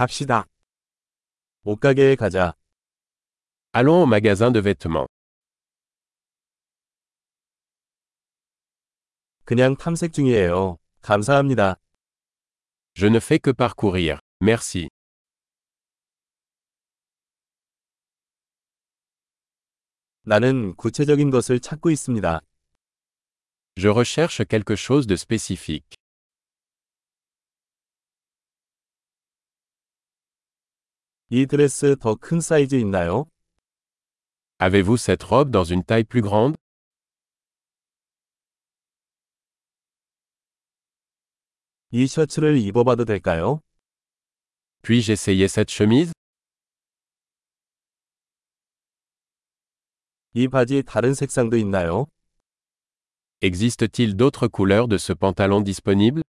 갑시다. 옷가게에 가자. Allons au magasin de vêtements. 그냥 탐색 중이에요. 감사합니다. Je ne fais que parcourir. Merci. 나는 구체적인 것을 찾고 있습니다. Je recherche quelque chose de spécifique. 이 드레스 더 큰 사이즈 있나요? Avez-vous cette robe dans une taille plus grande 이 셔츠를 입어봐도 될까요? Puis-je essayer cette chemise 이 바지 다른 색상도 있나요? Existe-t-il d'autres couleurs de ce pantalon disponible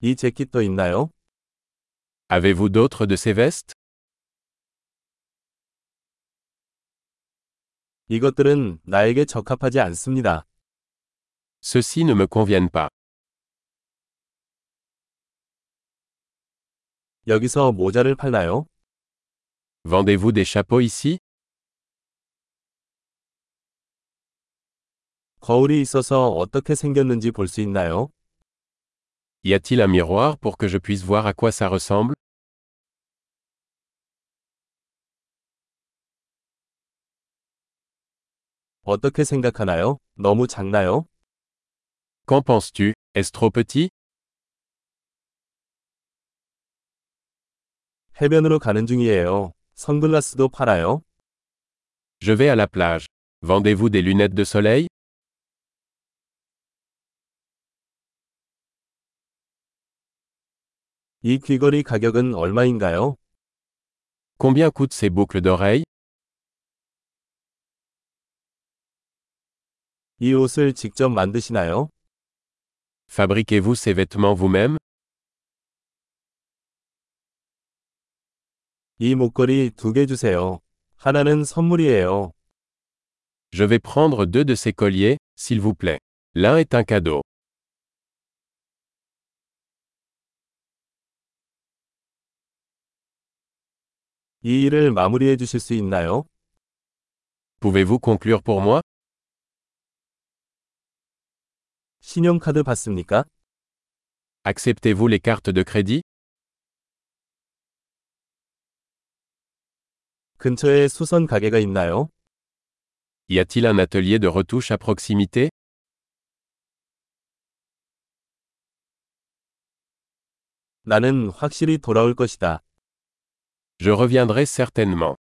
이 재킷도 있나요? Avez-vous d'autres de ces vestes 이것들은 나에게 적합하지 않습니다. Ceux-ci ne me conviennent pas. 여기서 모자를 팔나요? Vendez-vous des chapeaux ici 거울이 있어서 어떻게 생겼는지 볼 수 있나요? Y a-t-il un miroir pour que je puisse voir à quoi ça ressemble 어떻게 생각하나요? 너무 작나요? Qu'en penses-tu Est-ce trop petit 해변으로 가는 중이에요. 선글라스도 팔아요? Je vais à la plage. Vendez-vous des lunettes de soleil 이 귀걸이 가격은 얼마인가요? Combien coûtent ces boucles d'oreilles 이 옷을 직접 만드시나요? Fabriquez-vous ces vêtements vous-même 이 목걸이 두 개 주세요. 하나는 선물이에요. Je vais prendre deux de ces colliers, s'il vous plaît. L'un est un cadeau. 이 일을 마무리해 주실 수 있나요? Pouvez-vous conclure pour moi 신용카드 받습니까? Acceptez-vous les cartes de crédit 근처에 수선 가게가 있나요? Y a-t-il un atelier de retouche à proximité 나는 확실히 돌아올 것이다. Je reviendrai certainement.